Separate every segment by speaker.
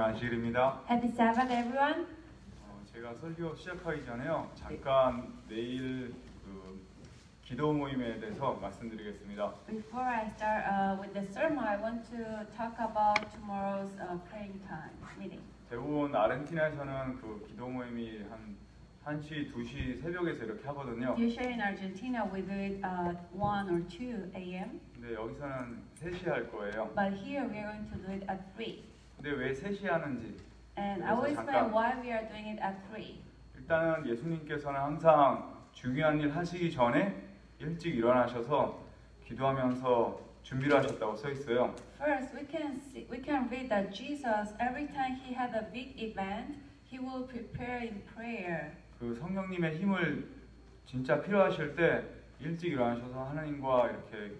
Speaker 1: 브라질입니다.
Speaker 2: Happy Sabbath, everyone.
Speaker 1: 어, 제가 설교 시작하기 전에요. 잠깐 내일 그 기도 모임에 대해서 말씀드리겠습니다.
Speaker 2: Before I start uh, with the sermon, I want to talk about tomorrow's uh, praying time meeting.
Speaker 1: 대부분 아르헨티나에서는 그 기도 모임이 한 1시, 2시 새벽에서 이렇게 하거든요.
Speaker 2: Usually in Argentina, we do it at 1 or 2 a.m.,
Speaker 1: 근데 여기서는 3시 할 거예요.
Speaker 2: but here we are going to do it at 3.
Speaker 1: 근데 왜 3시 하는지
Speaker 2: And I will
Speaker 1: 그래서
Speaker 2: explain
Speaker 1: 잠깐.
Speaker 2: why we are doing it at 3.
Speaker 1: 일단은 예수님께서는 항상 중요한 일 하시기 전에 일찍 일어나셔서 기도하면서 준비를 하셨다고 써 있어요.
Speaker 2: First, we can see, we can read that Jesus, every time he had a big event, he will prepare in prayer.
Speaker 1: 그 성령님의 힘을 진짜 필요하실 때 일찍 일어나셔서 하나님과 이렇게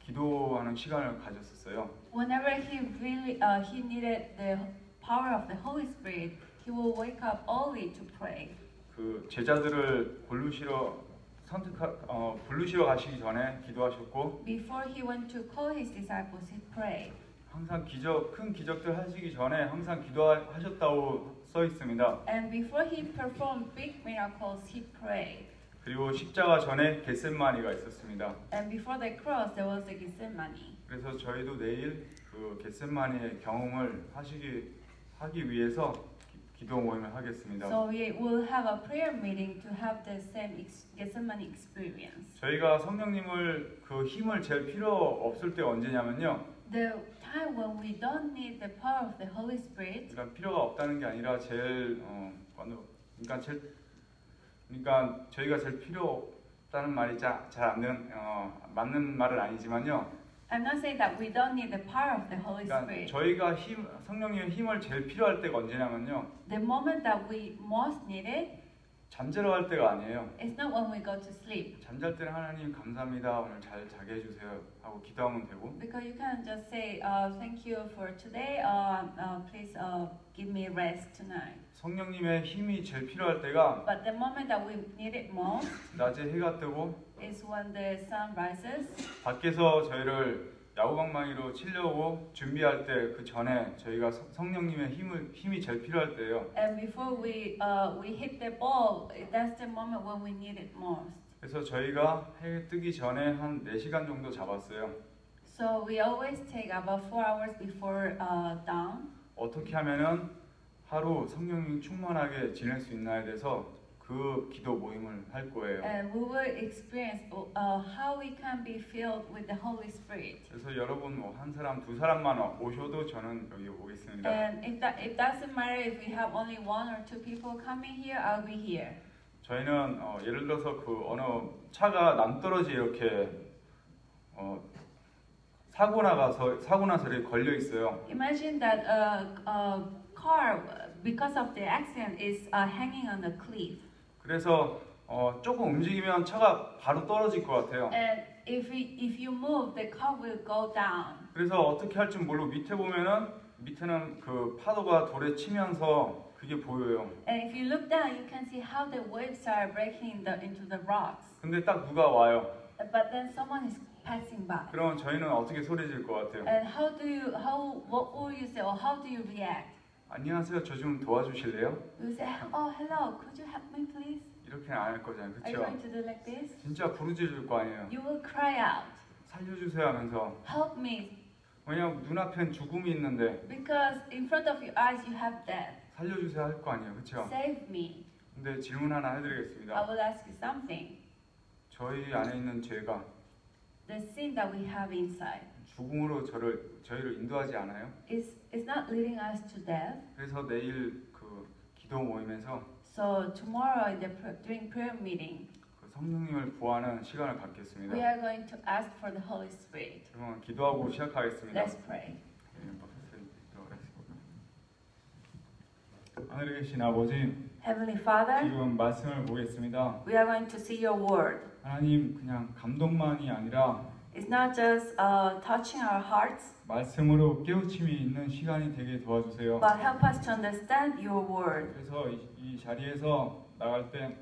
Speaker 1: 기도하는 시간을 가졌었어요.
Speaker 2: Whenever he really uh, he needed the power of the Holy Spirit, he will wake up early to pray.
Speaker 1: 그 제자들을 고르시러 선택하 어, 부르시러 가시기 전에 기도하셨고
Speaker 2: Before he went to call his disciples, he prayed.
Speaker 1: 항상 기적 큰 기적들 하시기 전에 항상 기도하셨다고 써 있습니다.
Speaker 2: And before he performed big miracles, he prayed.
Speaker 1: 그리고 십자가 전에 겟셋마니가 있었습니다.
Speaker 2: And before the cross, there was the Gethsemane.
Speaker 1: 그래서 저희도 내일 그 겟셋마니의 경험을 하시기 하기 위해서 기, 기도 모임을 하겠습니다.
Speaker 2: So we will have a prayer meeting to have the same ex- Gethsemane experience.
Speaker 1: 저희가 성령님을 그 힘을 제일 필요 없을 때 언제냐면요.
Speaker 2: The time when we don't need the power of the Holy Spirit,
Speaker 1: 그러니까 필요가 없다는 게 아니라 제일 어 완전- 그러니까 제일 그러니까 저희가 제일 필요 없다는 말이 잘안 되는 어 맞는 말은 아니지만요.
Speaker 2: I'm not saying that we don't need the power of the Holy
Speaker 1: 그러니까
Speaker 2: Spirit.
Speaker 1: 저희가 힘 성령님의 힘을 제일 필요할 때가 언제냐면요.
Speaker 2: The moment that we most need it
Speaker 1: 잠자러 갈 때가 아니에요.
Speaker 2: is not when we go to sleep.
Speaker 1: 잠잘 때는 하나님 감사합니다. 오늘 잘 자게 해주세요. 하고 기도하면 되고
Speaker 2: Because you can just say, uh, thank you for today, uh, uh, please uh, give me rest tonight.
Speaker 1: 성령님의 힘이 제일 필요할 때가
Speaker 2: But the moment that we need it most
Speaker 1: 낮에 해가 뜨고
Speaker 2: is when the sun rises.
Speaker 1: 밖에서 저희를 야구방망이로 치려고 준비할 때 그 전에 저희가 성- 성령님의 힘을 힘이 제일 필요할 때예요.
Speaker 2: And before we, uh, we hit the ball, that's the moment when we need it most.
Speaker 1: 그래서 저희가 해 뜨기 전에 한 4시간 정도 잡았어요.
Speaker 2: So we always take about four hours before uh, dawn.
Speaker 1: 어떻게 하면은 하루 성령님 충만하게 지낼 수 있나에 대해서 그 기도 모임을 할 거예요.
Speaker 2: And we will experience uh, how we can be filled with the Holy Spirit.
Speaker 1: 그래서 여러분 뭐 한 사람 두 사람만 와- 오셔도 저는 여기 오겠습니다.
Speaker 2: And if that it doesn't matter if we have only one or two people coming here, I'll be here.
Speaker 1: 저희는 어, 예를 들어서 그 어느 차가 남떨어지 이렇게 어, 사고 나가서 사고 나서 이렇게 걸려 있어요.
Speaker 2: Imagine that a, a car, because of the accident, is uh, hanging on a cliff.
Speaker 1: 그래서 어, 조금 움직이면 차가 바로 떨어질 것 같아요.
Speaker 2: And if we, if you move, the car will go down.
Speaker 1: 그래서 어떻게 할 줄 모르고 밑에 보면은 밑에는 그 파도가 돌에 치면서 그게 보여요.
Speaker 2: And if you look down, you can see how the waves are breaking the, into the rocks.
Speaker 1: 근데 딱 누가 와요.
Speaker 2: But then someone is passing by.
Speaker 1: 그러면 저희는 어떻게 소리 질 것 같아요?
Speaker 2: And how do you how what will you say or how do you react?
Speaker 1: 안녕하세요. 저 좀 도와주실래요?
Speaker 2: You say, oh hello, could you help me please?
Speaker 1: 이렇게는 안 할 거잖아요.
Speaker 2: Are you
Speaker 1: 그렇죠?
Speaker 2: going to do like this?
Speaker 1: 진짜 부르짖을 거 아니에요.
Speaker 2: You will cry out,
Speaker 1: 살려주세요 하면서
Speaker 2: help me,
Speaker 1: 왜냐면 눈앞엔 죽음이 있는데
Speaker 2: because in front of your eyes you have death.
Speaker 1: 살려주세요 할 거 아니에요. 그렇죠?
Speaker 2: Save me.
Speaker 1: 근데 질문 하나
Speaker 2: I
Speaker 1: 해드리겠습니다.
Speaker 2: will ask you something.
Speaker 1: 저희 안에 있는 죄가
Speaker 2: The sin that we have inside
Speaker 1: 죽음으로 저를 저희를 인도하지 않아요?
Speaker 2: is is not leading us to death.
Speaker 1: 그래서 내일 그 기도 모임에서
Speaker 2: So tomorrow in the pr- during prayer meeting,
Speaker 1: 그 성령님을 구하는 시간을
Speaker 2: we
Speaker 1: 갖겠습니다.
Speaker 2: are going to ask for the Holy Spirit.
Speaker 1: 그러면 기도하고 시작하겠습니다. 네,
Speaker 2: Let's pray.
Speaker 1: 하늘에 계신 아버지,
Speaker 2: Heavenly Father,
Speaker 1: 지금 말씀을 보겠습니다.
Speaker 2: we are going to see your word.
Speaker 1: 하나님, 그냥 감동만이 아니라
Speaker 2: It's not just uh, touching our hearts,
Speaker 1: 말씀으로 깨우침이 있는 시간이 되게 도와주세요.
Speaker 2: but help us to understand your word.
Speaker 1: 그래서 이, 이 자리에서 나갈 때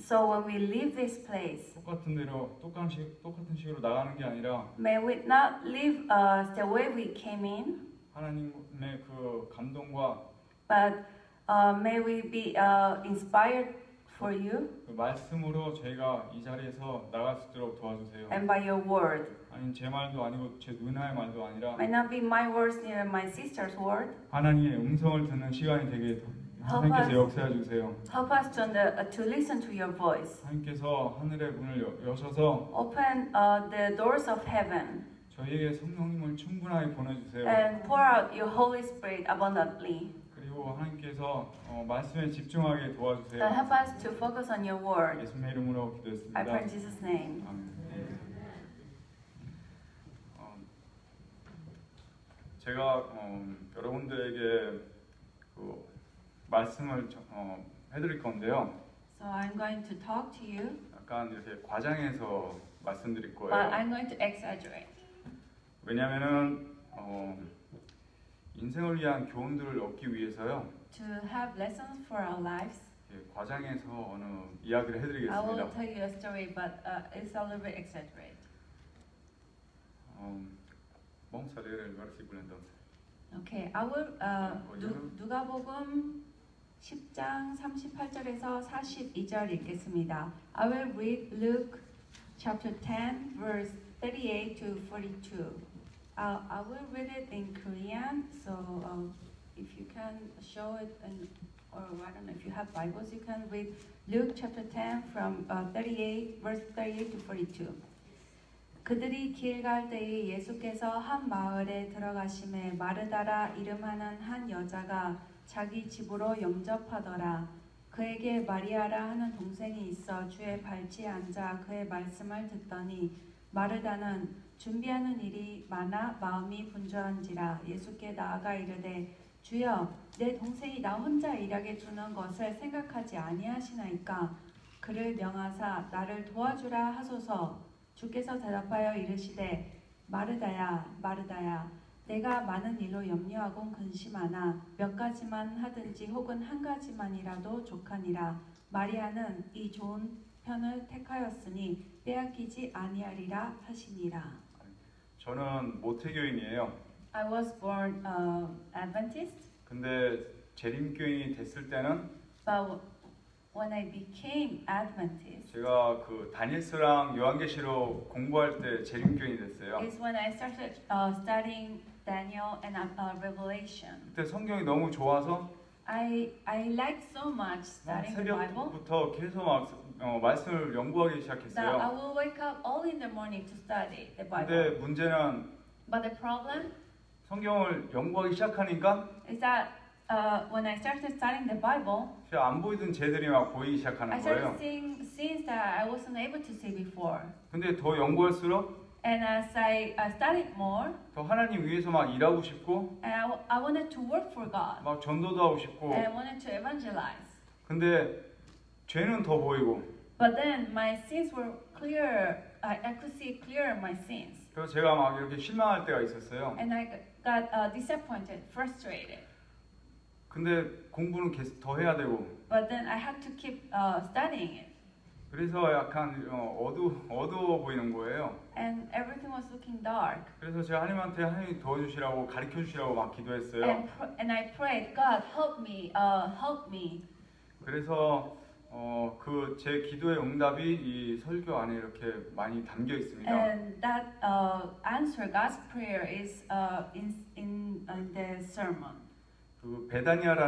Speaker 2: So when we leave this place,
Speaker 1: 똑같은 대로 똑같은, 식, 똑같은 식으로 나가는 게 아니라
Speaker 2: uh, may we not leave us the way we came in,
Speaker 1: 하나님의 그 감동과
Speaker 2: But uh, may we be uh, inspired for you
Speaker 1: 그 말씀으로 저희가 이 자리에서 나갈 수 있도록 도와주세요.
Speaker 2: and by your word.
Speaker 1: 아니 제 말도 아니고 제 누나의 말도 아니라
Speaker 2: May not be my words near my sister's word.
Speaker 1: 하나님의 음성을 듣는 시간이 되게 하나님께서 역사해 주세요.
Speaker 2: Help us to, under, uh, to listen to your voice.
Speaker 1: 하나님께서 하늘의 문을 여- 여셔서
Speaker 2: Open uh, the doors of heaven
Speaker 1: 저희에게 성령님을 충분하게 보내주세요.
Speaker 2: and pour out your Holy Spirit abundantly.
Speaker 1: 그리고 하나님께서 어, 말씀에 집중하게
Speaker 2: And
Speaker 1: 도와주세요.
Speaker 2: help us to focus on your word.
Speaker 1: 예수님의 이름으로
Speaker 2: I pray
Speaker 1: 기도했습니다.
Speaker 2: in Jesus' name.
Speaker 1: 아멘. 네. 어, 제가 어, 여러분들에게 그 말씀을 저- 어, 해드릴 건데요.
Speaker 2: So I'm going to talk to you,
Speaker 1: 약간 이렇게 과장해서 말씀드릴
Speaker 2: but
Speaker 1: 거예요.
Speaker 2: I'm going to exaggerate.
Speaker 1: 왜냐하면은 어, 인생을 위한 교훈들을 얻기 위해서요.
Speaker 2: To have lessons for our lives,
Speaker 1: 예, 과장해서 어느 이야기를
Speaker 2: I will
Speaker 1: 해드리겠습니다.
Speaker 2: tell you a story, but uh, it's a little bit exaggerated.
Speaker 1: 음, vamos a leer el versículo entonces.
Speaker 2: Okay, I will, uh, 누,
Speaker 1: 아, 뭐냐?
Speaker 2: 누가복음 10장 38절에서 42절 읽겠습니다. I will read Luke chapter 10 verse 38 to 42. Uh, I will read it in Korean, so um, if you can show it and or I don't know if you have Bibles, you can read Luke chapter 10 from uh, 38 verse 38 to 42. 그들이 길 갈 때에 예수께서 한 마을에 들어가심에 마르다라 이름하는 한 여자가 자기 집으로 영접하더라. 그에게 마리아라 하는 동생이 있어 주의 발치에 앉아 그의 말씀을 듣더니 마르다는 준비하는 일이 많아 마음이 분주한지라 예수께 나아가 이르되 주여 내 동생이 나 혼자 일하게 주는 것을 생각하지 아니하시나이까 그를 명하사 나를 도와주라 하소서 주께서 대답하여 이르시되 마르다야 마르다야 내가 많은 일로 염려하고 근심하나 몇 가지만 하든지 혹은 한 가지만이라도 족하니라 마리아는 이 좋은 편을 택하였으니 빼앗기지 아니하리라 하시니라
Speaker 1: 저는 모태교인이에요.
Speaker 2: I was born uh, Adventist
Speaker 1: 근데 재림교인이 됐을 때는
Speaker 2: but when I became Adventist
Speaker 1: 제가 그 다니엘서랑 요한계시로 공부할 때 재림교인이 됐어요.
Speaker 2: is when I started uh, studying Daniel and uh, Revelation
Speaker 1: 그때 성경이 너무 좋아서
Speaker 2: I I like so much
Speaker 1: 막
Speaker 2: studying the Bible
Speaker 1: 새벽부터 계속 막 어, 말씀을 연구하기
Speaker 2: that I
Speaker 1: 시작했어요.
Speaker 2: will wake up all in the morning to study
Speaker 1: 근데
Speaker 2: the Bible.
Speaker 1: 문제는
Speaker 2: But the problem
Speaker 1: 성경을 연구하기 시작하니까
Speaker 2: is that uh, when I started studying the Bible,
Speaker 1: 안 보이던 쟤들이 막 보이기
Speaker 2: I
Speaker 1: 시작하는
Speaker 2: started
Speaker 1: 거예요.
Speaker 2: seeing things that I wasn't able to see before.
Speaker 1: 근데 더 연구할수록
Speaker 2: And as I, I studied more,
Speaker 1: 더 하나님 위해서 막 일하고 싶고
Speaker 2: and I, w- I wanted to work for God,
Speaker 1: 막 전도도 하고 싶고
Speaker 2: and I wanted to evangelize.
Speaker 1: 근데 죄는 더 보이고
Speaker 2: But then my sins were clearer. I, I could see clearer my sins,
Speaker 1: 그래서 제가 막 이렇게 실망할 때가 있었어요.
Speaker 2: and I got uh, disappointed, frustrated.
Speaker 1: 근데 공부는 계속 더 해야 되고
Speaker 2: But then I had to keep uh, studying it.
Speaker 1: 그래서 약간 어, 어두 어두워 보이는 거예요.
Speaker 2: and everything was looking dark.
Speaker 1: 그래서 제가 하나님한테 하나님 도와주시라고 가르쳐 주시라고 막 기도했어요.
Speaker 2: And, pr- and I prayed, God, help me, uh, help me.
Speaker 1: 그래서 그 제 기도의 응답이 이 설교 안에 이렇게 많이 담겨 있습니다.
Speaker 2: And that uh, answer, God's prayer, is uh, in, in, in the sermon.
Speaker 1: 그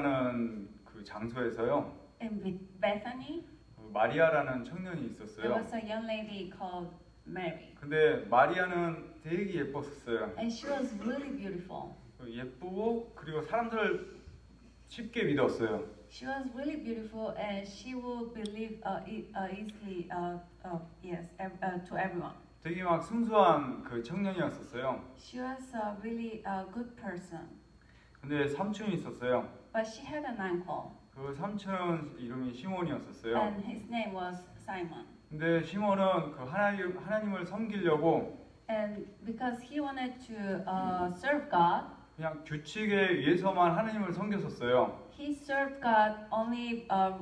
Speaker 1: 베다니아라는 그 장소에서요.
Speaker 2: And with Bethany,
Speaker 1: 그 마리아라는 청년이
Speaker 2: there
Speaker 1: 있었어요.
Speaker 2: was a young lady called Mary.
Speaker 1: 근데 마리아는 되게 예뻤었어요. 그
Speaker 2: And she was really beautiful.
Speaker 1: 예쁘고 그리고 사람들을 쉽게 믿었어요.
Speaker 2: She was really beautiful, and she will believe uh, e- uh, easily, uh, uh, yes, ev- uh, to everyone.
Speaker 1: 되게 막 순수한 그 청년이었었어요.
Speaker 2: She was a really uh, good person,
Speaker 1: 근데 삼촌이 있었어요.
Speaker 2: but she had an uncle.
Speaker 1: 그 삼촌 이름이 시몬이었었어요.
Speaker 2: and his name was Simon.
Speaker 1: 근데 시몬은 그 하나님 하나님을 섬기려고
Speaker 2: And because he wanted to uh, serve God,
Speaker 1: 그냥 규칙에 의해서만 하나님을 섬겼었어요.
Speaker 2: he served God only uh,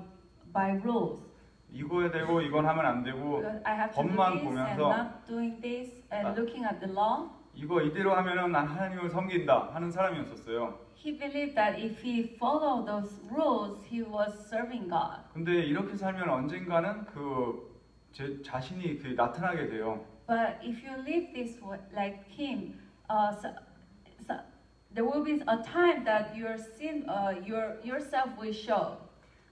Speaker 2: by rules.
Speaker 1: 이거야 되고 이건 하면 안 되고
Speaker 2: 네. Because I have to do
Speaker 1: 법만
Speaker 2: this and
Speaker 1: 보면서
Speaker 2: not doing this and
Speaker 1: 아.
Speaker 2: looking at the law.
Speaker 1: 이거 이대로 하면은 난 하나님을 섬긴다 하는 사람이었었어요.
Speaker 2: He believed that if he followed those rules, he was serving God.
Speaker 1: 근데 이렇게 살면 언젠가는 그 제 자신이 그 나타나게 돼요.
Speaker 2: But if you live this way, like him, uh, so, so there will be a time that your sin, uh, your yourself will show.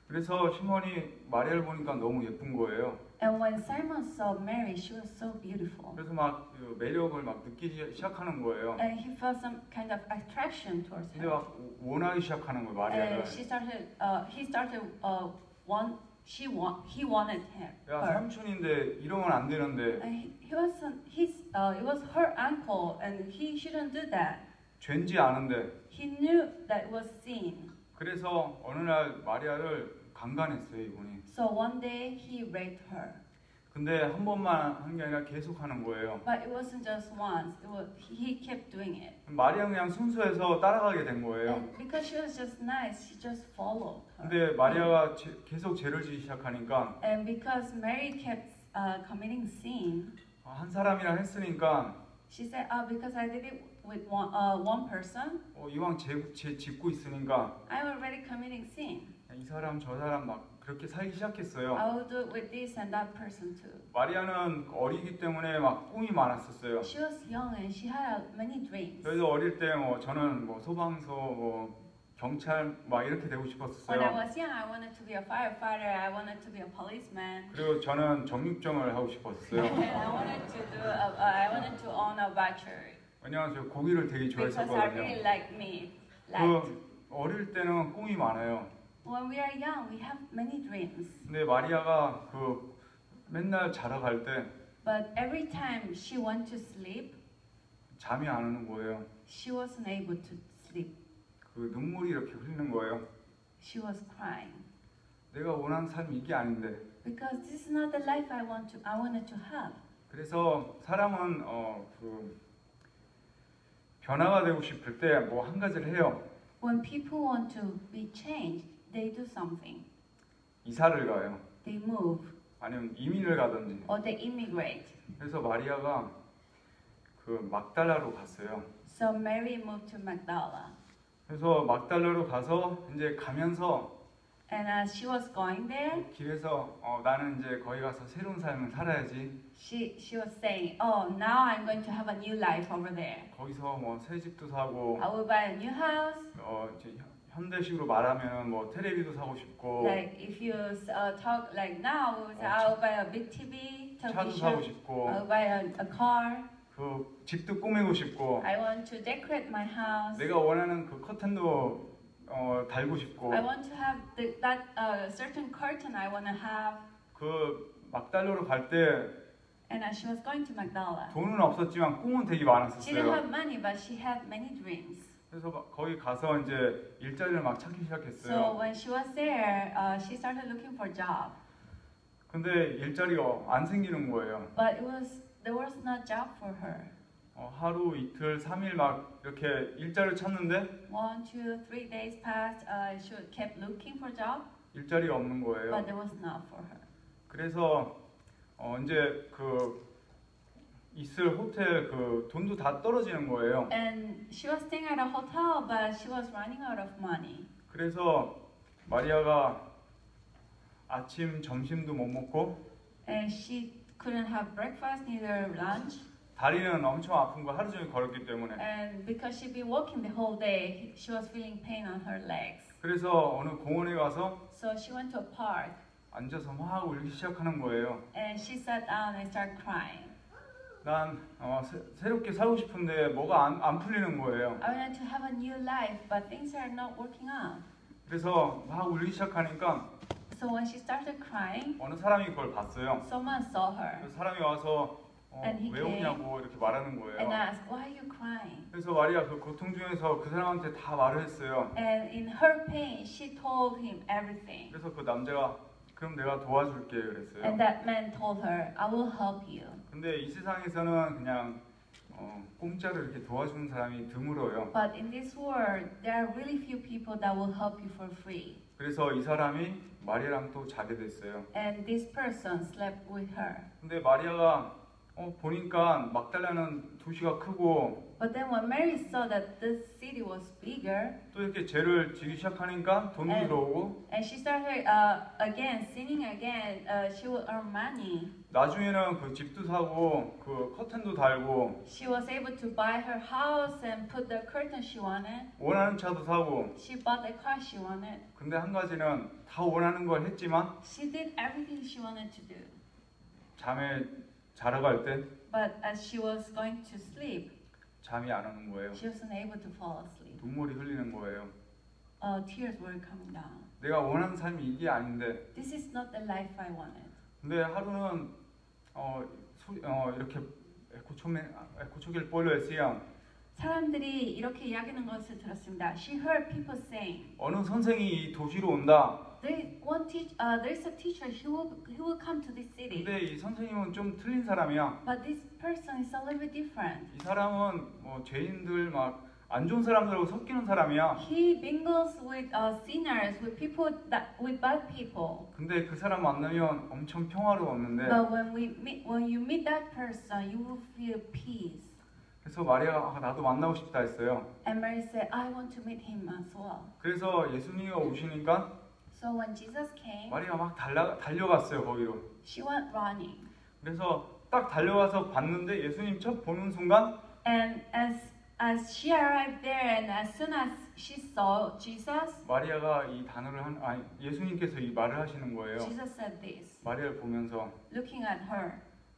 Speaker 1: 그래서 시몬이 마리아를 보니까 너무 예쁜 거예요.
Speaker 2: And when Simon saw Mary, she was so beautiful,
Speaker 1: 그래서 막그 매력을 막 느끼기 시작하는 거예요.
Speaker 2: and he felt some kind of attraction towards
Speaker 1: 근데
Speaker 2: her.
Speaker 1: 막 원하기 시작하는 거예요, 마리아를.
Speaker 2: And she started, uh, he started, uh, want, she want, he wanted him,
Speaker 1: 야,
Speaker 2: her.
Speaker 1: 삼촌인데 이러면 안 되는데
Speaker 2: And he, he was, on- his, uh, it was her uncle, and he shouldn't do that.
Speaker 1: 죄인지 아는데.
Speaker 2: He knew that it was sin.
Speaker 1: 그래서 어느 날 마리아를 강간했어요, 이분이.
Speaker 2: So one day he raped her,
Speaker 1: 근데 한 번만 한 게 아니라 계속 하는 거예요.
Speaker 2: but it wasn't just once. It was he kept doing it,
Speaker 1: 마리아 그냥 순수해서 따라가게 된 거예요.
Speaker 2: and because she was just nice, he just followed her.
Speaker 1: 근데 마리아가 죄- 계속 죄를 지기 시작하니까
Speaker 2: And because Mary kept uh, committing sin,
Speaker 1: 아, 한 사람이랑 했으니까
Speaker 2: she said, "Oh, because I did it with one, uh, one person,
Speaker 1: 어, 이왕 죄, 죄 짓고 있으니까
Speaker 2: I'm already committing sin.
Speaker 1: 이 사람 저 사람 막 그렇게 살기 시작했어요.
Speaker 2: I will do it with this and that person too."
Speaker 1: 마리아는 어리기 때문에 막 꿈이 많았었어요.
Speaker 2: She was young and she had uh, many dreams.
Speaker 1: 그래서 어릴 때 뭐 저는 뭐 소방서 뭐 경찰 막 이렇게 되고
Speaker 2: When I
Speaker 1: 싶었어요.
Speaker 2: was young, I wanted to be a firefighter. I wanted to be a policeman.
Speaker 1: 그리고 저는 정육점을 하고 싶었어요.
Speaker 2: And I wanted to do. A, uh, I wanted to own a butchery
Speaker 1: 왜냐하면 저 고기를 되게
Speaker 2: because I
Speaker 1: 좋아했었거든요.
Speaker 2: really like meat. Like
Speaker 1: 그 어릴 때는 꿈이 많아요.
Speaker 2: when we are young, we have many dreams.
Speaker 1: 근데 마리아가 그 맨날 자러 갈 때
Speaker 2: But every time she went to sleep,
Speaker 1: 잠이 안 오는 거예요.
Speaker 2: she wasn't able to sleep.
Speaker 1: 그 눈물이 이렇게 흐르는 거예요.
Speaker 2: She was crying
Speaker 1: 내가 원하는 삶이 이게 아닌데.
Speaker 2: because this is not the life I want to. I wanted to have.
Speaker 1: 그래서 사람은 어 그 변화가 되고 싶을 때 뭐 한 가지를 해요.
Speaker 2: When people want to be changed, they do something.
Speaker 1: 이사를 가요.
Speaker 2: They move
Speaker 1: 아니면 이민을 가든지.
Speaker 2: or they immigrate.
Speaker 1: 그래서 마리아가 그 막달라로 갔어요.
Speaker 2: So Mary moved to Magdala.
Speaker 1: 그래서 막달라로 가서 이제 가면서
Speaker 2: And as she was going there,
Speaker 1: 길에서 어, 나는 이제 거기 가서 새로운 삶을 살아야지.
Speaker 2: she, she was saying, Oh, now I'm going to have a new life over there.
Speaker 1: 거기서 뭐 새 집도 사고
Speaker 2: I will buy a new house.
Speaker 1: 어, 이제 현- 현대식으로 말하면 뭐 테레비도 사고 싶고
Speaker 2: Like if you uh, talk like now, we would say, I will buy a big TV,
Speaker 1: 차도 사고 아.
Speaker 2: television, I
Speaker 1: 싶고
Speaker 2: will buy a, a car,
Speaker 1: 그 집도 꾸미고 싶고
Speaker 2: I want to decorate my house,
Speaker 1: 내가 원하는 그 커튼도 어, 달고 싶고
Speaker 2: I want to have the, that uh, certain curtain I want to have.
Speaker 1: 그 막달라로 갈 때
Speaker 2: And as she was going to Magdala,
Speaker 1: 돈은 없었지만 꿈은 되게
Speaker 2: she didn't
Speaker 1: 많았었어요.
Speaker 2: have money, but she had many dreams.
Speaker 1: 그래서 막 거기 가서 이제 일자리를 막 찾기
Speaker 2: So
Speaker 1: 시작했어요.
Speaker 2: when she was there, uh, she started looking for a job.
Speaker 1: 근데 일자리가 안 생기는 거예요.
Speaker 2: But it was there was no job for her.
Speaker 1: 어, 하루 이틀 삼일 막 이렇게 일자리를 찾는데
Speaker 2: One, two, three days passed. Uh, she kept looking for job,
Speaker 1: 일자리가 없는 거예요.
Speaker 2: but there was none for her.
Speaker 1: 그래서 어, 이제 그 있을 호텔 그 돈도 다 떨어지는 거예요.
Speaker 2: And she was staying at a hotel, but she was running out of money.
Speaker 1: 그래서 마리아가 아침 점심도 못 먹고
Speaker 2: And she couldn't have breakfast, neither lunch.
Speaker 1: 다리는 엄청 아픈 거 하루 종일 걸었기 때문에
Speaker 2: And because she'd been walking the whole day, she was feeling pain on her legs.
Speaker 1: 그래서 어느 공원에 가서
Speaker 2: So she went to a park
Speaker 1: 앉아서 막 울기 시작하는 거예요.
Speaker 2: and she sat down and started crying.
Speaker 1: 난 어, 새, 새롭게 살고 싶은데 뭐가 안, 안 풀리는 거예요.
Speaker 2: I wanted to have a new life, but things are not working out.
Speaker 1: 그래서 막 울기 시작하니까
Speaker 2: So when she started crying,
Speaker 1: 어느 사람이 그걸 봤어요.
Speaker 2: someone saw her.
Speaker 1: 그 사람이 와서 어,
Speaker 2: And he
Speaker 1: 왜
Speaker 2: came.
Speaker 1: 우냐고 이렇게 말하는
Speaker 2: and
Speaker 1: 거예요.
Speaker 2: asked, Why are you crying?
Speaker 1: 그래서 마리아 그 고통 중에서 그 사람한테 다 말을 했어요.
Speaker 2: And in her pain, she told him everything.
Speaker 1: 그래서 그 남자가 그럼 내가 도와줄게 그랬어요.
Speaker 2: And that man told her, I will help you.
Speaker 1: 근데 이 세상에서는 그냥 어, 공짜로 이렇게 도와주는 사람이 드물어요.
Speaker 2: But in this world, there are really few people that will help you for free.
Speaker 1: 그래서 이 사람이 마리아랑 또 자게 됐어요.
Speaker 2: And this person slept with her.
Speaker 1: 근데 마리아가 어, 보니까 막달라는 도시가 크고
Speaker 2: But then when Mary saw that this city was bigger,
Speaker 1: 또 이렇게 죄를 지기 시작하니까 돈도
Speaker 2: 네.
Speaker 1: 들어오고
Speaker 2: and she started uh, again sinning again, uh, she would earn money.
Speaker 1: 나중에는 그 집도 사고 그 커튼도 달고
Speaker 2: She was able to buy her house and put the curtain she wanted.
Speaker 1: 원하는 차도 사고
Speaker 2: She bought the car she wanted.
Speaker 1: 근데 한 가지는 다 원하는 걸 했지만
Speaker 2: She did everything she wanted to do.
Speaker 1: 잠에 자러 갈 때
Speaker 2: But as she was going to sleep,
Speaker 1: 잠이 안 오는 거예요.
Speaker 2: she wasn't able to fall asleep.
Speaker 1: 눈물이 흘리는 거예요.
Speaker 2: Uh, tears were coming down.
Speaker 1: 내가 원하는 삶이 이게 아닌데
Speaker 2: This is not the life I wanted.
Speaker 1: 근데 하루는 어, 소, 어 이렇게 고초맨 고초길 볼려 했어요.
Speaker 2: 사람들이 이렇게 이야기하는 것을 들었습니다. She heard people saying,
Speaker 1: 어느 선생이 이 도시로 온다.
Speaker 2: "There one teach, uh, there's a teacher. He will, he will come to this city."
Speaker 1: 근데 이 선생님은 좀 틀린 사람이야.
Speaker 2: But this person is a little bit different.
Speaker 1: 이 사람은 뭐 죄인들 막 안 좋은 사람들하고 섞이는 사람이야.
Speaker 2: He mingles with uh, sinners, with people that, with bad people.
Speaker 1: 근데 그 사람 만나면 엄청 평화로웠는데
Speaker 2: But when we meet, when you meet that person, you will feel peace.
Speaker 1: 그래서 마리아가 아, 나도 만나고 싶다 했어요.
Speaker 2: And Mary said, "I want to meet him as well."
Speaker 1: 그래서 예수님이 오시니까
Speaker 2: So when Jesus came,
Speaker 1: 마리아가 막 달라, 달려갔어요 거기로.
Speaker 2: she went running.
Speaker 1: 그래서 딱 달려와서 봤는데 예수님 첫 보는 순간
Speaker 2: And as as she arrived there, and as soon as she saw Jesus,
Speaker 1: 마리아가 이 단어를 한 아니 예수님께서 이 말을 하시는 거예요.
Speaker 2: Jesus said this,
Speaker 1: 마리아를 보면서
Speaker 2: looking at her.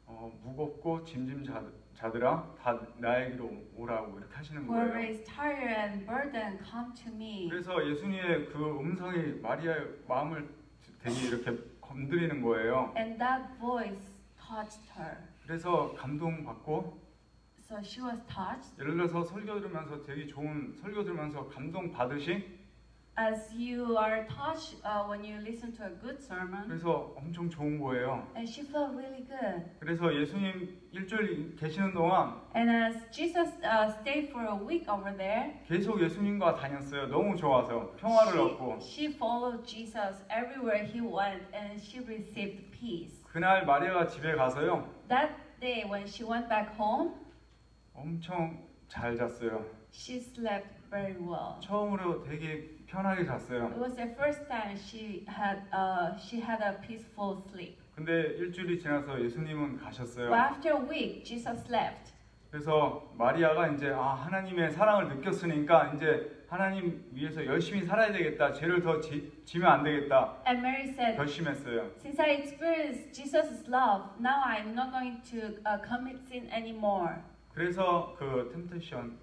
Speaker 1: 어, 무겁고 짐짐 자, 자들아 다 나에게로 오라고 이렇게 하시는
Speaker 2: Who are
Speaker 1: 거예요.
Speaker 2: raised tired and burdened, come to me.
Speaker 1: 그래서 예수님의 그 음성이 마리아의 마음을 되게 이렇게 건드리는 거예요.
Speaker 2: And that voice touched her.
Speaker 1: 그래서 감동받고
Speaker 2: So she was touched.
Speaker 1: 예를 들어서 설교 들으면서 되게 좋은 설교 들으면서 감동 받으시
Speaker 2: As you are touched uh, when you listen to a good sermon,
Speaker 1: 그래서 엄청 좋은 거예요.
Speaker 2: and she felt really good.
Speaker 1: 그래서 예수님 일주일 계시는 동안
Speaker 2: And as Jesus uh, stayed for a week over there,
Speaker 1: 계속 예수님과 다녔어요. 너무 좋아서 평화를 얻고
Speaker 2: she, she followed Jesus everywhere he went, and she received peace.
Speaker 1: 그날 마리아가 집에 가서요
Speaker 2: That day, when she went back home,
Speaker 1: 엄청 잘 잤어요.
Speaker 2: she slept very well.
Speaker 1: 처음으로 되게 편하게
Speaker 2: It
Speaker 1: 잤어요.
Speaker 2: was the first time she had uh, she had a peaceful sleep.
Speaker 1: 근데 일주일이 지나서 예수님은
Speaker 2: But
Speaker 1: 가셨어요.
Speaker 2: after a week, Jesus left.
Speaker 1: 그래서 마리아가 이제 아 하나님의 사랑을 느꼈으니까 이제 하나님 위해서 열심히 살아야 되겠다. 죄를 더 지, 지면 안 되겠다.
Speaker 2: And Mary said,
Speaker 1: 결심했어요.
Speaker 2: "Since I experienced Jesus' love, now I'm not going to uh, commit sin anymore."
Speaker 1: 그래서 그 템테이션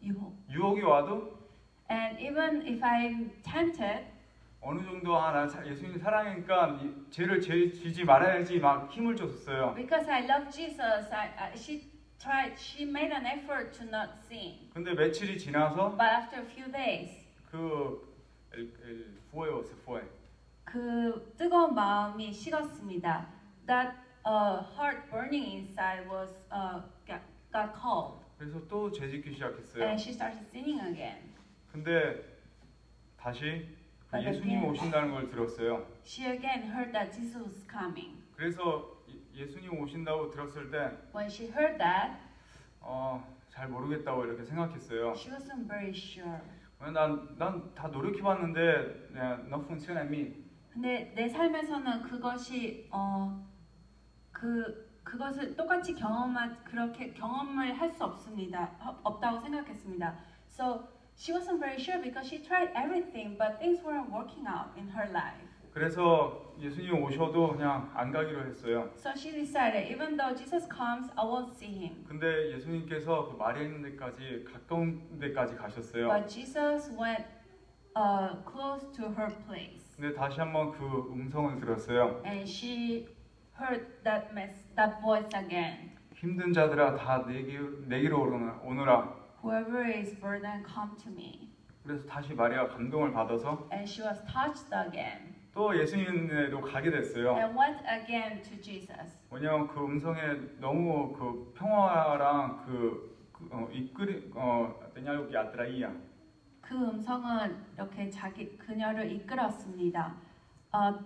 Speaker 2: You.
Speaker 1: 유혹이 와도
Speaker 2: And even if I'm tempted,
Speaker 1: 어느 정도 아나 예수님 사랑하니까 이 죄를 지- 지지 말아야지 막 힘을 줬었어요.
Speaker 2: because I love Jesus, I, I, she tried. She made an effort to not sin.
Speaker 1: 근데 며칠이 지나서
Speaker 2: But after a few days,
Speaker 1: 그 엘- 엘- 후회였어요 후회
Speaker 2: 그 뜨거운 마음이 식었습니다. That uh, heart burning inside was uh, got, got cold,
Speaker 1: 그래서 또 죄짓기 시작했어요
Speaker 2: and she started sinning again.
Speaker 1: 근데 다시 그
Speaker 2: But
Speaker 1: 예수님
Speaker 2: again.
Speaker 1: 오신다는 걸 들었어요
Speaker 2: She again heard that Jesus was coming.
Speaker 1: 그래서 예- 예수님 오신다고 들었을
Speaker 2: When she heard that,
Speaker 1: 때 어 잘 모르겠다고 이렇게 생각했어요 어,
Speaker 2: she wasn't very sure.
Speaker 1: 난난 다 노력해봤는데 네, 그냥 너뿐 시간 미
Speaker 2: 근데 내 삶에서는 그것이 어, 어그 그것을 똑같이 경험한 그렇게 경험을 할 수 없습니다. 어- 없다고 생각했습니다. So she wasn't very sure because she tried everything, but things weren't working out in her life.
Speaker 1: 그래서 예수님 오셔도 그냥 안 가기로 했어요
Speaker 2: So she decided, even though Jesus comes, I won't see him.
Speaker 1: 근데 예수님께서 그 마리아 있는 데까지 가까운 데까지 가셨어요
Speaker 2: But Jesus went uh, close to her place,
Speaker 1: 근데 다시 한번 그 음성을 들었어요
Speaker 2: and she heard that mess, that voice again.
Speaker 1: 힘든 자들아 다 내게, 내게로 오르나- 오너라
Speaker 2: Whoever is burdened, come to me.
Speaker 1: 그래서 다시 마리아가 감동을 받아서
Speaker 2: And she was touched again
Speaker 1: 또 예수님으로 가게 됐어요
Speaker 2: and went again to Jesus
Speaker 1: 왜냐하면 그 음성에 너무 그 평화랑 그, 그 어, 이끌이 어 어떠냐고 야드라이야
Speaker 2: 그 음성은 이렇게 자기 그녀를 이끌었습니다. 어,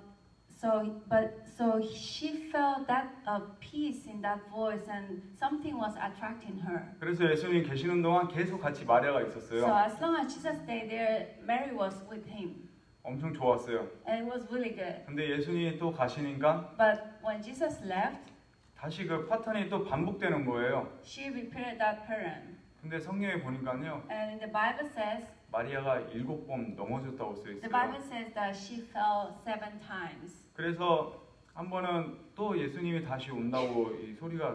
Speaker 2: So, but so she felt that uh, peace in that voice, and something was attracting her.
Speaker 1: 그래서 예수님 계시는 동안 계속 같이 마리아가
Speaker 2: So
Speaker 1: 있었어요.
Speaker 2: as long as Jesus stayed there, Mary was with him,
Speaker 1: 엄청 좋았어요.
Speaker 2: and it was really good.
Speaker 1: 근데 예수님이 또 가시니까
Speaker 2: But when Jesus left,
Speaker 1: 다시 그 패턴이 또 반복되는 거예요.
Speaker 2: she repeated that pattern.
Speaker 1: 근데 성경에 보니까요.
Speaker 2: And the Bible says,
Speaker 1: 마리아가 일곱 번 넘어졌다고 쓰여
Speaker 2: the
Speaker 1: 있어요.
Speaker 2: Bible says that she fell seven times.
Speaker 1: 그래서 한 번은 또 예수님이 다시 온다고 이 소리가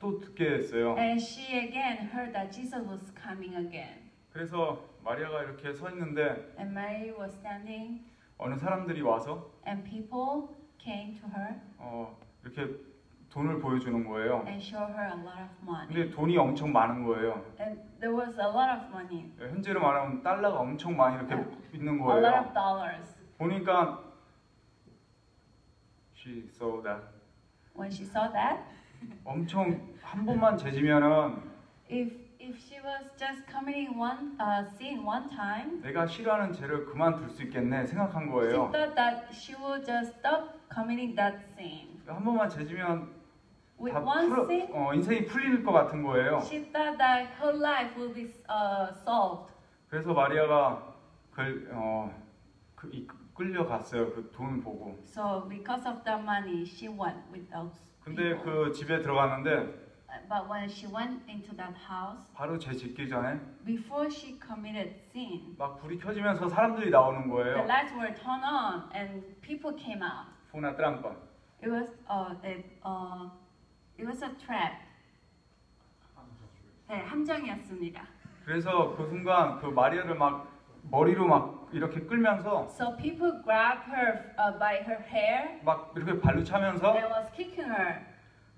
Speaker 1: 또 듣게 됐어요.
Speaker 2: And she again heard that Jesus was coming again.
Speaker 1: 그래서 마리아가 이렇게 서 있는데
Speaker 2: And Mary was standing,
Speaker 1: 어느 사람들이 와서
Speaker 2: and people came to her
Speaker 1: 어, 이렇게 돈을 보여주는 거예요.
Speaker 2: and showed her a lot of money.
Speaker 1: 근데 돈이 엄청 많은 거예요.
Speaker 2: And there was a lot of money,
Speaker 1: 현재로 말하면 달러가 엄청 많이 이렇게 있는
Speaker 2: a lot
Speaker 1: 거예요.
Speaker 2: of dollars.
Speaker 1: 보니까 she saw that
Speaker 2: When she saw that,
Speaker 1: 엄청 한 번만 재지면은
Speaker 2: If if she was just committing one uh, sin one time,
Speaker 1: 내가 싫어하는 죄를 그만둘 수 있겠네 생각한
Speaker 2: she
Speaker 1: 거예요.
Speaker 2: thought that she would just stop committing that sin.
Speaker 1: 한 번만 재지면
Speaker 2: With
Speaker 1: 다
Speaker 2: one
Speaker 1: 풀어,
Speaker 2: sin,
Speaker 1: 어, 인생이 풀릴 것 같은 거예요.
Speaker 2: she thought that her life will be uh, solved.
Speaker 1: 그래서 마리아가 그, 어, 그, 이, 끌려갔어요. 그 돈 보고.
Speaker 2: So because of that money, she went with those
Speaker 1: 근데
Speaker 2: people.
Speaker 1: 그 집에 들어갔는데
Speaker 2: Uh, But when she went into that house,
Speaker 1: 바로 죄 짓기 전에
Speaker 2: before she committed sin,
Speaker 1: 막 불이 켜지면서 사람들이 나오는
Speaker 2: the
Speaker 1: 거예요.
Speaker 2: lights were turned on and people came out.
Speaker 1: 후나 트랑빠.
Speaker 2: It was uh, it, uh, it was a trap. 네, 함정이었습니다.
Speaker 1: 그래서 그 순간 그 마리아를 막 머리로 막 이렇게 끌면서
Speaker 2: So people grabbed her uh, by her hair
Speaker 1: 막 이렇게 발로 차면서
Speaker 2: and was kicking her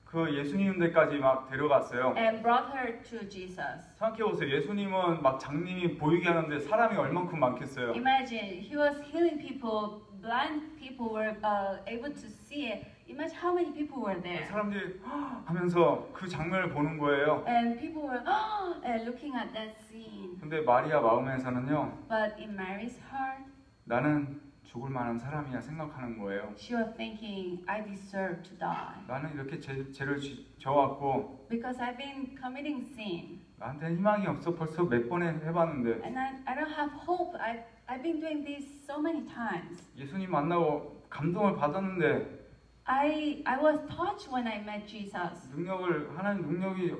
Speaker 1: 그 예수님 데까지 막 데려갔어요.
Speaker 2: and brought her to Jesus.
Speaker 1: 생각해보세요. 예수님은 막 장님이 보이게 하는데 사람이 얼만큼 많겠어요.
Speaker 2: Imagine he was healing people, blind people were uh, able to see it. Imagine how many people were there.
Speaker 1: 사람들이 "헉!" 하면서 그 장면을 보는 거예요.
Speaker 2: And people were and looking at that scene.
Speaker 1: 근데 마리아 마음에서는요,
Speaker 2: But in Mary's heart,
Speaker 1: 나는 죽을 만한 사람이야 생각하는 거예요.
Speaker 2: she was thinking, I deserve to die
Speaker 1: 나는 이렇게 죄, 죄를 지- 져왔고
Speaker 2: because I've been committing sin.
Speaker 1: 나한테 희망이 없어 벌써 몇 번에 해봤는데
Speaker 2: And I, I don't have hope. I, I've been doing this so many times.
Speaker 1: 예수님 만나고 감동을 받았는데
Speaker 2: I, I was touched when I met Jesus,
Speaker 1: 능력을 하나님 능력이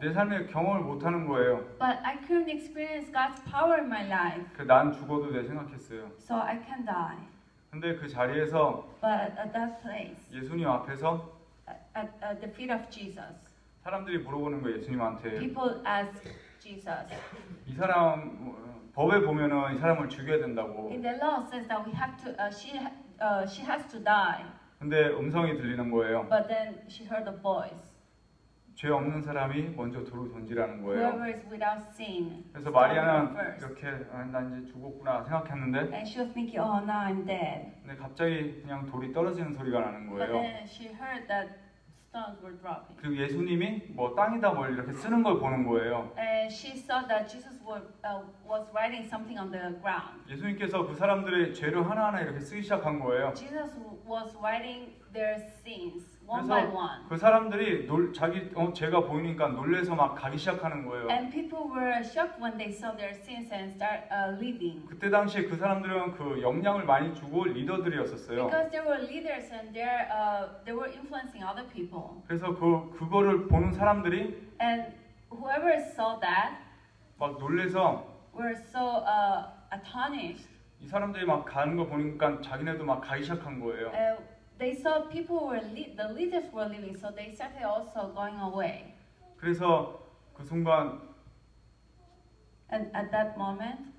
Speaker 1: 내 삶에 경험을 못하는 거예요.
Speaker 2: but I couldn't experience God's power in my life,
Speaker 1: 그 난 죽어도 돼 생각했어요.
Speaker 2: so I can die.
Speaker 1: 근데 그 자리에서
Speaker 2: But at that place,
Speaker 1: 예수님 앞에서
Speaker 2: at, at, at the feet of Jesus,
Speaker 1: 사람들이 물어보는 거예요. 예수님한테
Speaker 2: people asked Jesus.
Speaker 1: 이 사람 어, 법에 보면은 이 사람을 죽여야 된다고.
Speaker 2: In the law says that we have to, uh, she, ha- uh, she has to die.
Speaker 1: 근데 음성이 들리는 거예요.
Speaker 2: But then she heard a voice.
Speaker 1: 죄 없는 사람이 먼저 돌을 던지라는 거예요.
Speaker 2: Whoever is without sin.
Speaker 1: 그래서
Speaker 2: stone
Speaker 1: 마리아는
Speaker 2: first.
Speaker 1: 이렇게 아, 난 이제 죽었구나 생각했는데
Speaker 2: And she was thinking, oh, now I'm dead.
Speaker 1: 근데 갑자기 그냥 돌이 떨어지는 소리가 나는
Speaker 2: But
Speaker 1: 거예요.
Speaker 2: then she heard that stones were dropping.
Speaker 1: 그 예수님이 뭐 땅이다 뭘 이렇게 쓰는 걸 보는 거예요.
Speaker 2: And she saw that Jesus was, uh, was writing something on the ground.
Speaker 1: 예수님께서 그 사람들의 죄를 하나하나 이렇게 쓰기 시작한 거예요.
Speaker 2: Jesus was writing their sins one
Speaker 1: Yes,
Speaker 2: by
Speaker 1: sir.
Speaker 2: one.
Speaker 1: 그 사람들이 놀, 자기 어, 죄가 보이니까 놀래서 막 가기 시작하는 거예요.
Speaker 2: And people were shocked when they saw their sins and start uh, leaving.
Speaker 1: 그때 당시에 그 사람들은 그 영향을 많이 주고 리더들이었었어요.
Speaker 2: Because they were leaders and they're, uh, they were influencing other people.
Speaker 1: 그래서 그 그거를 보는 사람들이
Speaker 2: And whoever saw that
Speaker 1: 막 놀래서
Speaker 2: were so uh, astonished.
Speaker 1: 이 사람들이 막 가는 거 보니까 자기네도 막 가기 시작한 거예요.
Speaker 2: Uh, they saw people were, le- the leaders were leaving, so they started also going away.
Speaker 1: 그래서 그 순간
Speaker 2: And at that moment,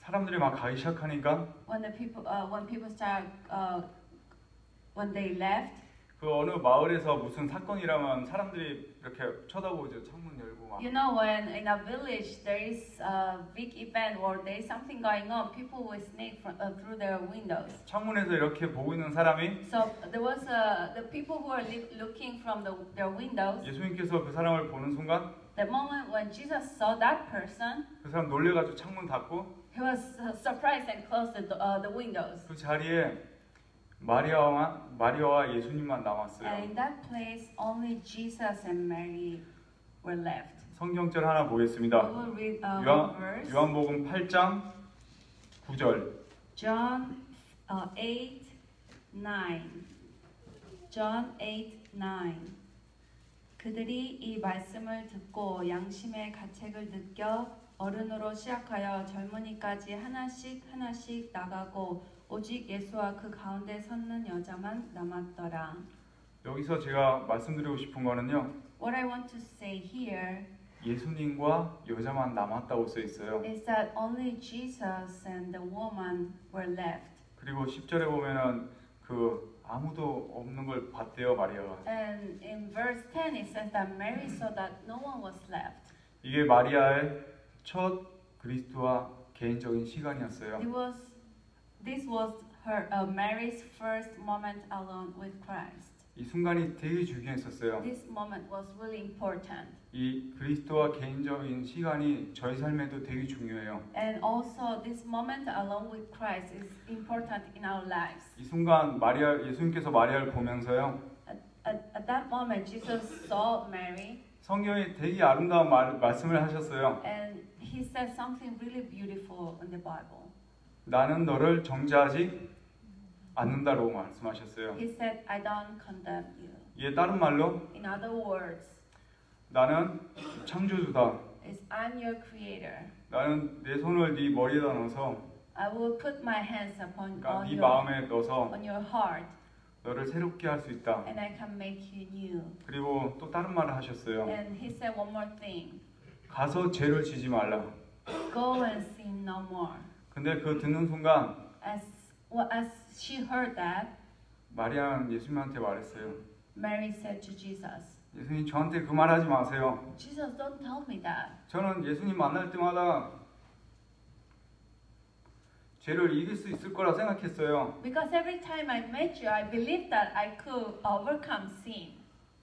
Speaker 1: 사람들이 막 가기 시작하니까
Speaker 2: when the people, uh, when people start, uh, when they left,
Speaker 1: 그 어느 마을에서 무슨 사건이라면 사람들이 이렇게 쳐다보죠. 창문 열고 막.
Speaker 2: you know, when in a village there is a big event or there is something going on, people will sneak from, uh, through their windows.
Speaker 1: 창문에서 이렇게 보고 있는 사람이
Speaker 2: So there was uh, the people who are li- looking from the, their windows.
Speaker 1: 예수님께서 그 사람을 보는 순간
Speaker 2: The moment when Jesus saw that person,
Speaker 1: 그 사람 놀래가지고 창문 닫고
Speaker 2: he was uh, surprised and closed the, do- uh, the windows.
Speaker 1: 그 자리에 마리아와 마리아와 예수님만 남았어요.
Speaker 2: And in that place, only Jesus and Mary were left.
Speaker 1: 성경절 하나
Speaker 2: We
Speaker 1: 보겠습니다.
Speaker 2: will read uh,
Speaker 1: 요한-
Speaker 2: one verse.
Speaker 1: 요한복음 8장 9절.
Speaker 2: John uh, 8 9. John 8 9. 그들이 이 말씀을 듣고 양심의 가책을 느껴 어른으로 시작하여 젊은이까지 하나씩 하나씩 나가고 오직 예수와 그 가운데 섰는 여자만 남았더라.
Speaker 1: 여기서 제가 말씀드리고 싶은 거는요.
Speaker 2: What I want to say here
Speaker 1: 예수님과 여자만 남았다고 써 있어요.
Speaker 2: is that only Jesus and the woman were left.
Speaker 1: 그리고 10절에 보면은 그 아무도 없는 걸 봤대요, 마리아가.
Speaker 2: And in verse 10 it says that Mary saw that no one was left.
Speaker 1: 이게 마리아의 첫 그리스도와 개인적인 시간이었어요.
Speaker 2: It was this was her uh, Mary's first moment alone with Christ.
Speaker 1: 이 순간이 되게 중요했었어요.
Speaker 2: This moment was really important.
Speaker 1: 이 그리스도와 개인적인 시간이 저희 삶에도 되게 중요해요.
Speaker 2: And also this moment alone with Christ is important in our lives.
Speaker 1: 이 순간 마리아 예수님께서 마리아를 보면서요.
Speaker 2: At, at that moment Jesus saw Mary
Speaker 1: 성경에 되게 아름다운 말, 말씀을 하셨어요.
Speaker 2: and he said something really beautiful in the Bible.
Speaker 1: 나는 너를 정죄하지 않는다라고 말씀하셨어요.
Speaker 2: He said, I don't condemn you.
Speaker 1: 이에 다른 말로
Speaker 2: In other words,
Speaker 1: 나는 창조주다.
Speaker 2: it's I'm your creator.
Speaker 1: 나는 내 손을 네 머리에다 넣어서
Speaker 2: I will put my hands upon
Speaker 1: 그러니까
Speaker 2: on
Speaker 1: 네
Speaker 2: your,
Speaker 1: 마음에 넣어서
Speaker 2: on your heart
Speaker 1: 너를 새롭게 할 수 있다.
Speaker 2: and I can make you new.
Speaker 1: 그리고 또 다른 말을 하셨어요.
Speaker 2: And he said one more thing.
Speaker 1: 가서 죄를 지지 말라.
Speaker 2: Go and sin no more.
Speaker 1: 근데 그 듣는 순간
Speaker 2: As well, as she heard that,
Speaker 1: 마리아는 예수님한테 말했어요.
Speaker 2: Mary said to Jesus,
Speaker 1: 예수님 저한테 그 말 하지 마세요.
Speaker 2: Jesus, don't tell me that.
Speaker 1: 저는 예수님 만날 때마다 죄를 이길 수 있을 거라 생각했어요.
Speaker 2: Because every time I met you, I believed that I could overcome sin.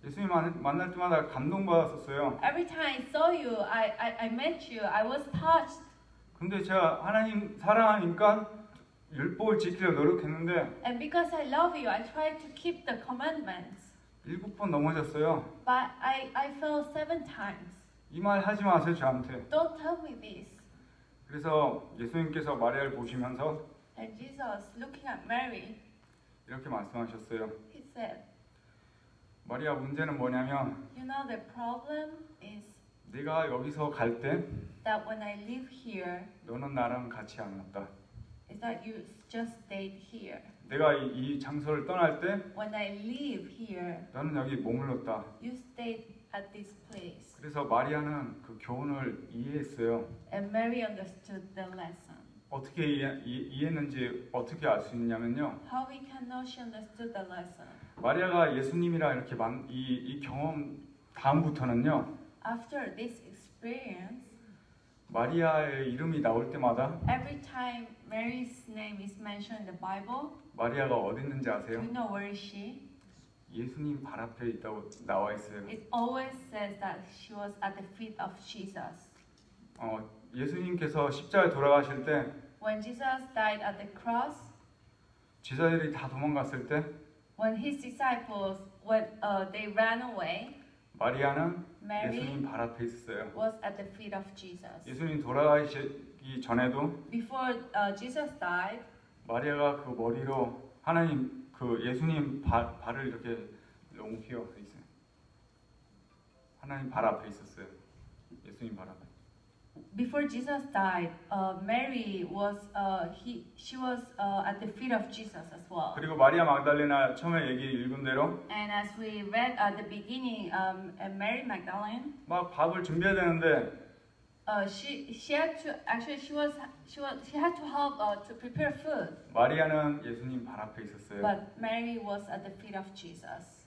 Speaker 1: 예수님 만- 만날 때마다 감동받았었어요.
Speaker 2: Every time I saw you, I, I, I met you, I was touched
Speaker 1: 근데 제가 하나님 사랑하니까 율법을 지키려 노력했는데
Speaker 2: And because I love you, I try to keep the commandments.
Speaker 1: 일곱 번 넘어졌어요.
Speaker 2: But I, I fell seven times.
Speaker 1: 이 말 하지 마세요 저한테.
Speaker 2: Don't tell me this.
Speaker 1: 그래서 예수님께서 마리아를 보시면서
Speaker 2: And Jesus, looking at Mary,
Speaker 1: 이렇게 말씀하셨어요.
Speaker 2: he said,
Speaker 1: 마리아 문제는 뭐냐면
Speaker 2: You know, the problem is
Speaker 1: 내가 여기서 갈 때
Speaker 2: that when I live here,
Speaker 1: 너는 나랑 같이 안 갔다.
Speaker 2: is that you just stayed here.
Speaker 1: 내가 이, 이 장소를 떠날 때
Speaker 2: When I leave here,
Speaker 1: 너는 여기 머물렀다.
Speaker 2: you stayed at this place.
Speaker 1: 그래서 마리아는 그 교훈을 이해했어요.
Speaker 2: And Mary understood the lesson.
Speaker 1: 어떻게 이해, 했는지 어떻게 알 수 있냐면요.
Speaker 2: How we can know she understood the lesson.
Speaker 1: 마리아가 예수님이랑 이렇게 만, 이, 이 경험 다음부터는요.
Speaker 2: After this experience,
Speaker 1: 마리아의 이름이 나올 때마다
Speaker 2: Every time Mary's name is mentioned in the Bible,
Speaker 1: 마리아가 어디 있는지
Speaker 2: do
Speaker 1: 아세요?
Speaker 2: you know where is she?
Speaker 1: 예수님 발 앞에 있다고 나와 있어요.
Speaker 2: It always says that she was at the feet of Jesus.
Speaker 1: 어, 예수님께서 십자에 돌아가실 때
Speaker 2: When Jesus died at the cross,
Speaker 1: 제자들이 다 도망갔을 때
Speaker 2: when his disciples when uh, they ran away,
Speaker 1: 마리아는
Speaker 2: Mary
Speaker 1: 예수님 발 앞에 있었어요.
Speaker 2: was at the feet of Jesus.
Speaker 1: 예수님 돌아가시기 전에도
Speaker 2: Before uh, Jesus died,
Speaker 1: 마리아가 그 머리로 하나님 그 예수님 발, 발을 이렇게 롱히어 있어요. 하나님 발 앞에 있었어요. 예수님 발 앞에.
Speaker 2: before Jesus died, uh, Mary was uh, he she was uh, at the feet of Jesus as well.
Speaker 1: 그리고 마리아 막달레나 처음에 얘기 읽은 대로
Speaker 2: And as we read at the beginning, um, uh, Mary Magdalene.
Speaker 1: 막 밥을 준비해야 되는데
Speaker 2: Uh, she she had to actually she was she was she had to help uh, to prepare food,
Speaker 1: 마리아는 예수님 발 앞에 있었어요.
Speaker 2: but Mary was at the feet of Jesus.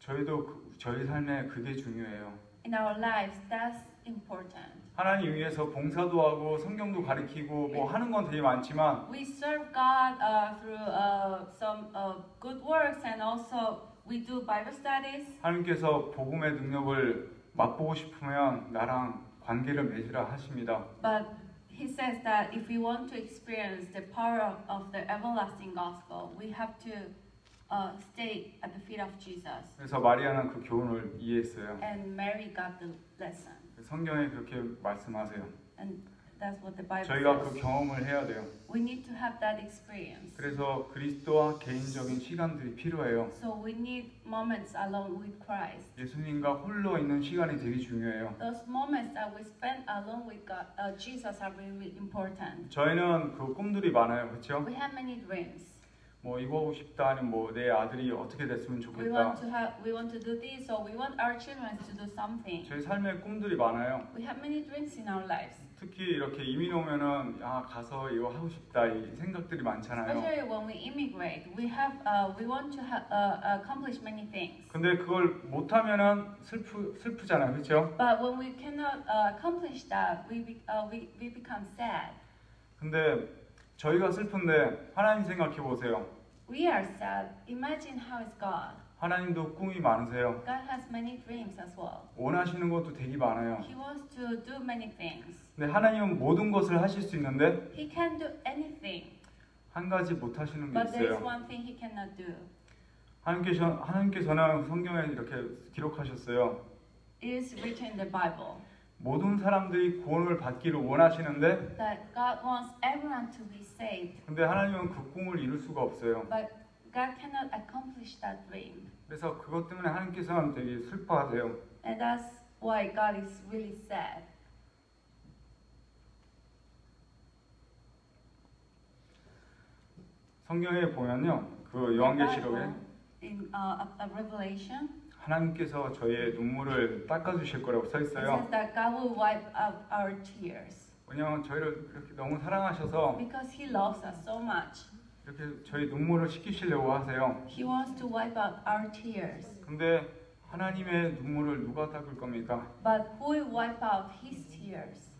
Speaker 1: 저희도 그- 저희 삶에 그게 중요해요.
Speaker 2: In our lives, that's important.
Speaker 1: 하나님 위해서 봉사도 하고 성경도 가르치고 뭐 하는 건 되게 많지만
Speaker 2: We serve God uh, through uh, some uh, good works, and also we do Bible studies.
Speaker 1: 하나님께서 복음의 능력을 맛보고 싶으면 나랑 관계를 맺으라 하십니다.
Speaker 2: But He says that if we want to experience the power of, of the everlasting gospel, we have to uh, stay at the feet of Jesus.
Speaker 1: 그래서 마리아는 그 교훈을 이해했어요.
Speaker 2: And Mary got the lesson.
Speaker 1: 성경에 그렇게 말씀하세요.
Speaker 2: And that's what the Bible
Speaker 1: 저희가 그
Speaker 2: says.
Speaker 1: 경험을 해야 돼요.
Speaker 2: We need to have that experience.
Speaker 1: 그래서 그리스도와 개인적인 시간들이 필요해요.
Speaker 2: So we need moments alone with Christ.
Speaker 1: 예수님과 홀로 있는 시간이 되게 중요해요.
Speaker 2: Those moments that we spend alone with God, uh, Jesus are really important.
Speaker 1: 저희는 그 꿈들이 많아요, 그렇죠?
Speaker 2: We have many dreams.
Speaker 1: 뭐 이거 하고 싶다, 아니면 뭐 내 아들이 어떻게 됐으면
Speaker 2: We want
Speaker 1: 좋겠다.
Speaker 2: to have, we want to do this, or we want our children to do something.
Speaker 1: 저희 삶에 꿈들이 많아요.
Speaker 2: We have many dreams in our lives,
Speaker 1: 특히 이렇게 이민 오면은 아 가서 이거 하고 싶다 이 생각들이 많잖아요.
Speaker 2: especially when we immigrate. We have, uh, we want to ha- uh, accomplish many things.
Speaker 1: 근데 그걸 못하면은 슬프 슬프잖아요, 그렇죠?
Speaker 2: But when we cannot uh, accomplish that, we, be, uh, we, we become sad.
Speaker 1: 근데 저희가 슬픈데 하나님 생각해 보세요.
Speaker 2: We are sad. Imagine how is God.
Speaker 1: 하나님도 꿈이 많으세요.
Speaker 2: God has many dreams as well.
Speaker 1: 원하시는 것도 되게 많아요.
Speaker 2: He wants to do many things.
Speaker 1: 근데 하나님은 모든 것을 하실 수 있는데
Speaker 2: He can do anything,
Speaker 1: 한 가지 못 하시는 게
Speaker 2: but there is
Speaker 1: 있어요.
Speaker 2: one thing he cannot do.
Speaker 1: 하나님께서 하나님께서는 성경에 이렇게 기록하셨어요.
Speaker 2: It is written in the Bible
Speaker 1: 모든 사람들이 구원을 받기를 원하시는데
Speaker 2: that God wants everyone to be saved,
Speaker 1: 근데 하나님은 그 꿈을 이룰 수가 없어요.
Speaker 2: but God cannot accomplish that dream.
Speaker 1: 그래서 그것 때문에 하나님께서는 되게 슬퍼하세요.
Speaker 2: And that's why God is really sad.
Speaker 1: 성경에 보면요. 그
Speaker 2: Bible,
Speaker 1: 요한계시록에
Speaker 2: in uh, a, a Revelation,
Speaker 1: 하나님께서 저희의 눈물을 닦아 주실 거라고 써
Speaker 2: it
Speaker 1: 있어요.
Speaker 2: says that God will wipe out our tears
Speaker 1: 왜냐하면 저희를 이렇게 너무 사랑하셔서
Speaker 2: because He loves us so much.
Speaker 1: 이렇게 저희 눈물을 씻기시려고 하세요.
Speaker 2: He wants to wipe out our tears.
Speaker 1: 근데 하나님의 눈물을 누가 닦을 겁니까?
Speaker 2: But who will wipe out His tears?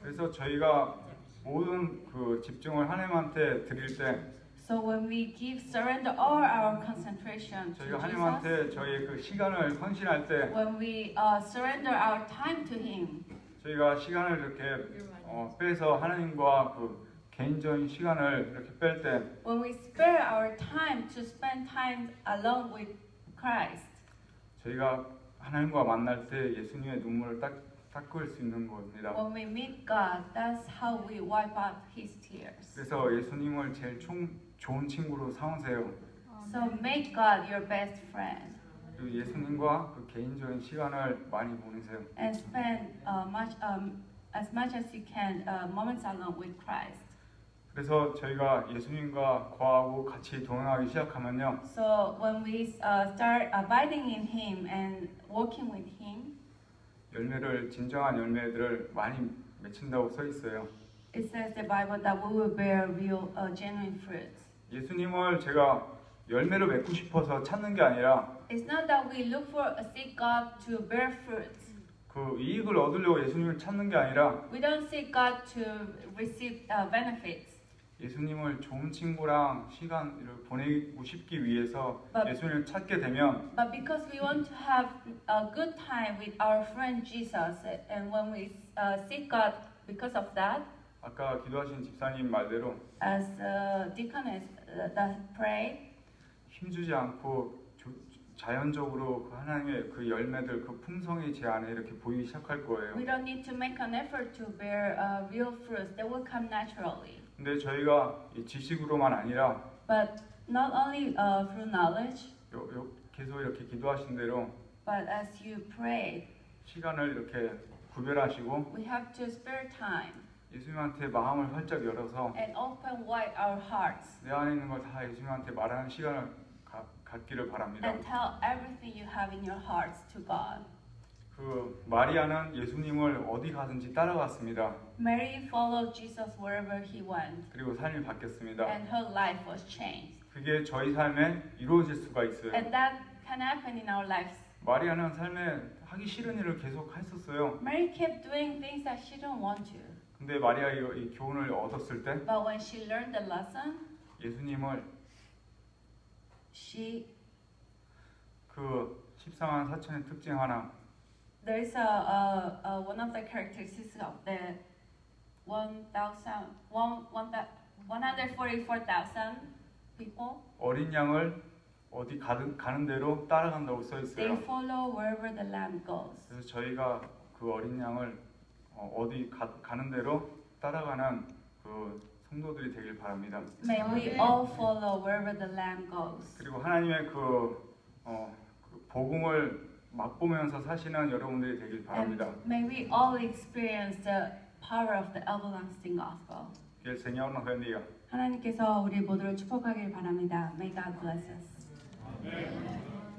Speaker 1: 그래서 저희가 모든 그 집중을 하나님한테 드릴 때
Speaker 2: So when we give surrender all our concentration to
Speaker 1: 저희가
Speaker 2: Jesus,
Speaker 1: 하나님한테 저희의 그 시간을 헌신할 때
Speaker 2: when we uh, surrender our time to Him,
Speaker 1: 저희가 시간을 이렇게 어, 빼서 하나님과 그 개인적인 시간을 이렇게 뺄 때
Speaker 2: when we spare our time to spend time alone with Christ,
Speaker 1: 저희가 하나님과 만날 때 예수님의 눈물을 딱 닦을 수 있는 겁니다.
Speaker 2: when we meet God, that's how we wipe out His tears.
Speaker 1: 그래서 예수님을 제일 총, 좋은 친구로 삼으세요.
Speaker 2: So make God your best friend
Speaker 1: 그리고 예수님과 그 개인적인 시간을 많이 보내세요.
Speaker 2: and spend uh, much um, as much as you can uh, moments alone with Christ.
Speaker 1: 그래서 저희가 예수님과 과하고 같이 동행하기 시작하면요.
Speaker 2: So when we uh, start abiding in Him and walking with Him.
Speaker 1: 열매를 진정한 열매들을 많이 맺힌다고 써 있어요.
Speaker 2: It says the Bible that we will bear real, uh, genuine fruits.
Speaker 1: 예수님을 제가 열매를 맺고 싶어서 찾는 게 아니라
Speaker 2: It's not that we look for a seek God to bear fruits.
Speaker 1: 그 이익을 얻으려고 예수님을 찾는 게 아니라
Speaker 2: We don't seek God to receive uh, benefits,
Speaker 1: 예수님을 좋은 친구랑 시간을 보내고 싶기 위해서
Speaker 2: But-
Speaker 1: 예수님을 찾게 되면
Speaker 2: but because we want to have a good time with our friend Jesus, and when we uh, seek God because of that,
Speaker 1: 아까 기도하신 집사님 말대로
Speaker 2: as uh, deaconess uh, that pray,
Speaker 1: 힘주지 않고 조- 자연적으로 그 하나님의 그 열매들 그 풍성이 제 안에 이렇게 보이기 시작할 거예요.
Speaker 2: we don't need to make an effort to bear uh, real fruits. They will come naturally.
Speaker 1: 근데 저희가 이 지식으로만 아니라
Speaker 2: But not only uh, through knowledge,
Speaker 1: 요- 요- 계속 이렇게 기도하신 대로
Speaker 2: but as you pray,
Speaker 1: 시간을 이렇게 구별하시고
Speaker 2: We have to spare time
Speaker 1: 예수님한테 마음을 활짝 열어서
Speaker 2: and open wide our hearts
Speaker 1: 내 안에 있는 걸 다 예수님한테 말하는 시간을 가- 갖기를 바랍니다.
Speaker 2: and tell everything you have in your hearts to God.
Speaker 1: 그 마리아는 예수님을 어디 가든지 따라갔습니다.
Speaker 2: Mary followed Jesus wherever he went,
Speaker 1: 그리고 삶이 바뀌었습니다.
Speaker 2: and her life was changed.
Speaker 1: 그게 저희 삶에 이루어질 수가 있어요.
Speaker 2: And that can happen in our lives.
Speaker 1: 마리아는 삶에 하기 싫은 일을 계속 했었어요.
Speaker 2: Mary kept doing things that she didn't want to,
Speaker 1: 근데 마리아 이, 이 교훈을 얻었을 때
Speaker 2: but when she learned the lesson,
Speaker 1: 예수님을
Speaker 2: she
Speaker 1: 그 십상한 사천의 특징 하나
Speaker 2: there is a, a, a one of the characteristics of the 1,000 one- one thou- 144,000 people.
Speaker 1: 어린 양을 어디 가든 가는 대로 따라간다고 써
Speaker 2: They
Speaker 1: 있어요.
Speaker 2: follow wherever the lamb goes.
Speaker 1: 그래서 저희가 그 어린 양을 어, 어디 가, 가는 대로 따라가는 그 성도들이 되길 바랍니다.
Speaker 2: May we all follow wherever the lamb goes.
Speaker 1: 그리고 하나님의 그, 어, 그 복음을 맛보면서 사시는 여러분들이 되길
Speaker 2: And
Speaker 1: 바랍니다.
Speaker 2: may we all experience the power of the everlasting gospel.
Speaker 1: 길 생여오는 흔디요.
Speaker 2: 하나님께서 우리 모두를 축복하길 바랍니다. May God bless us.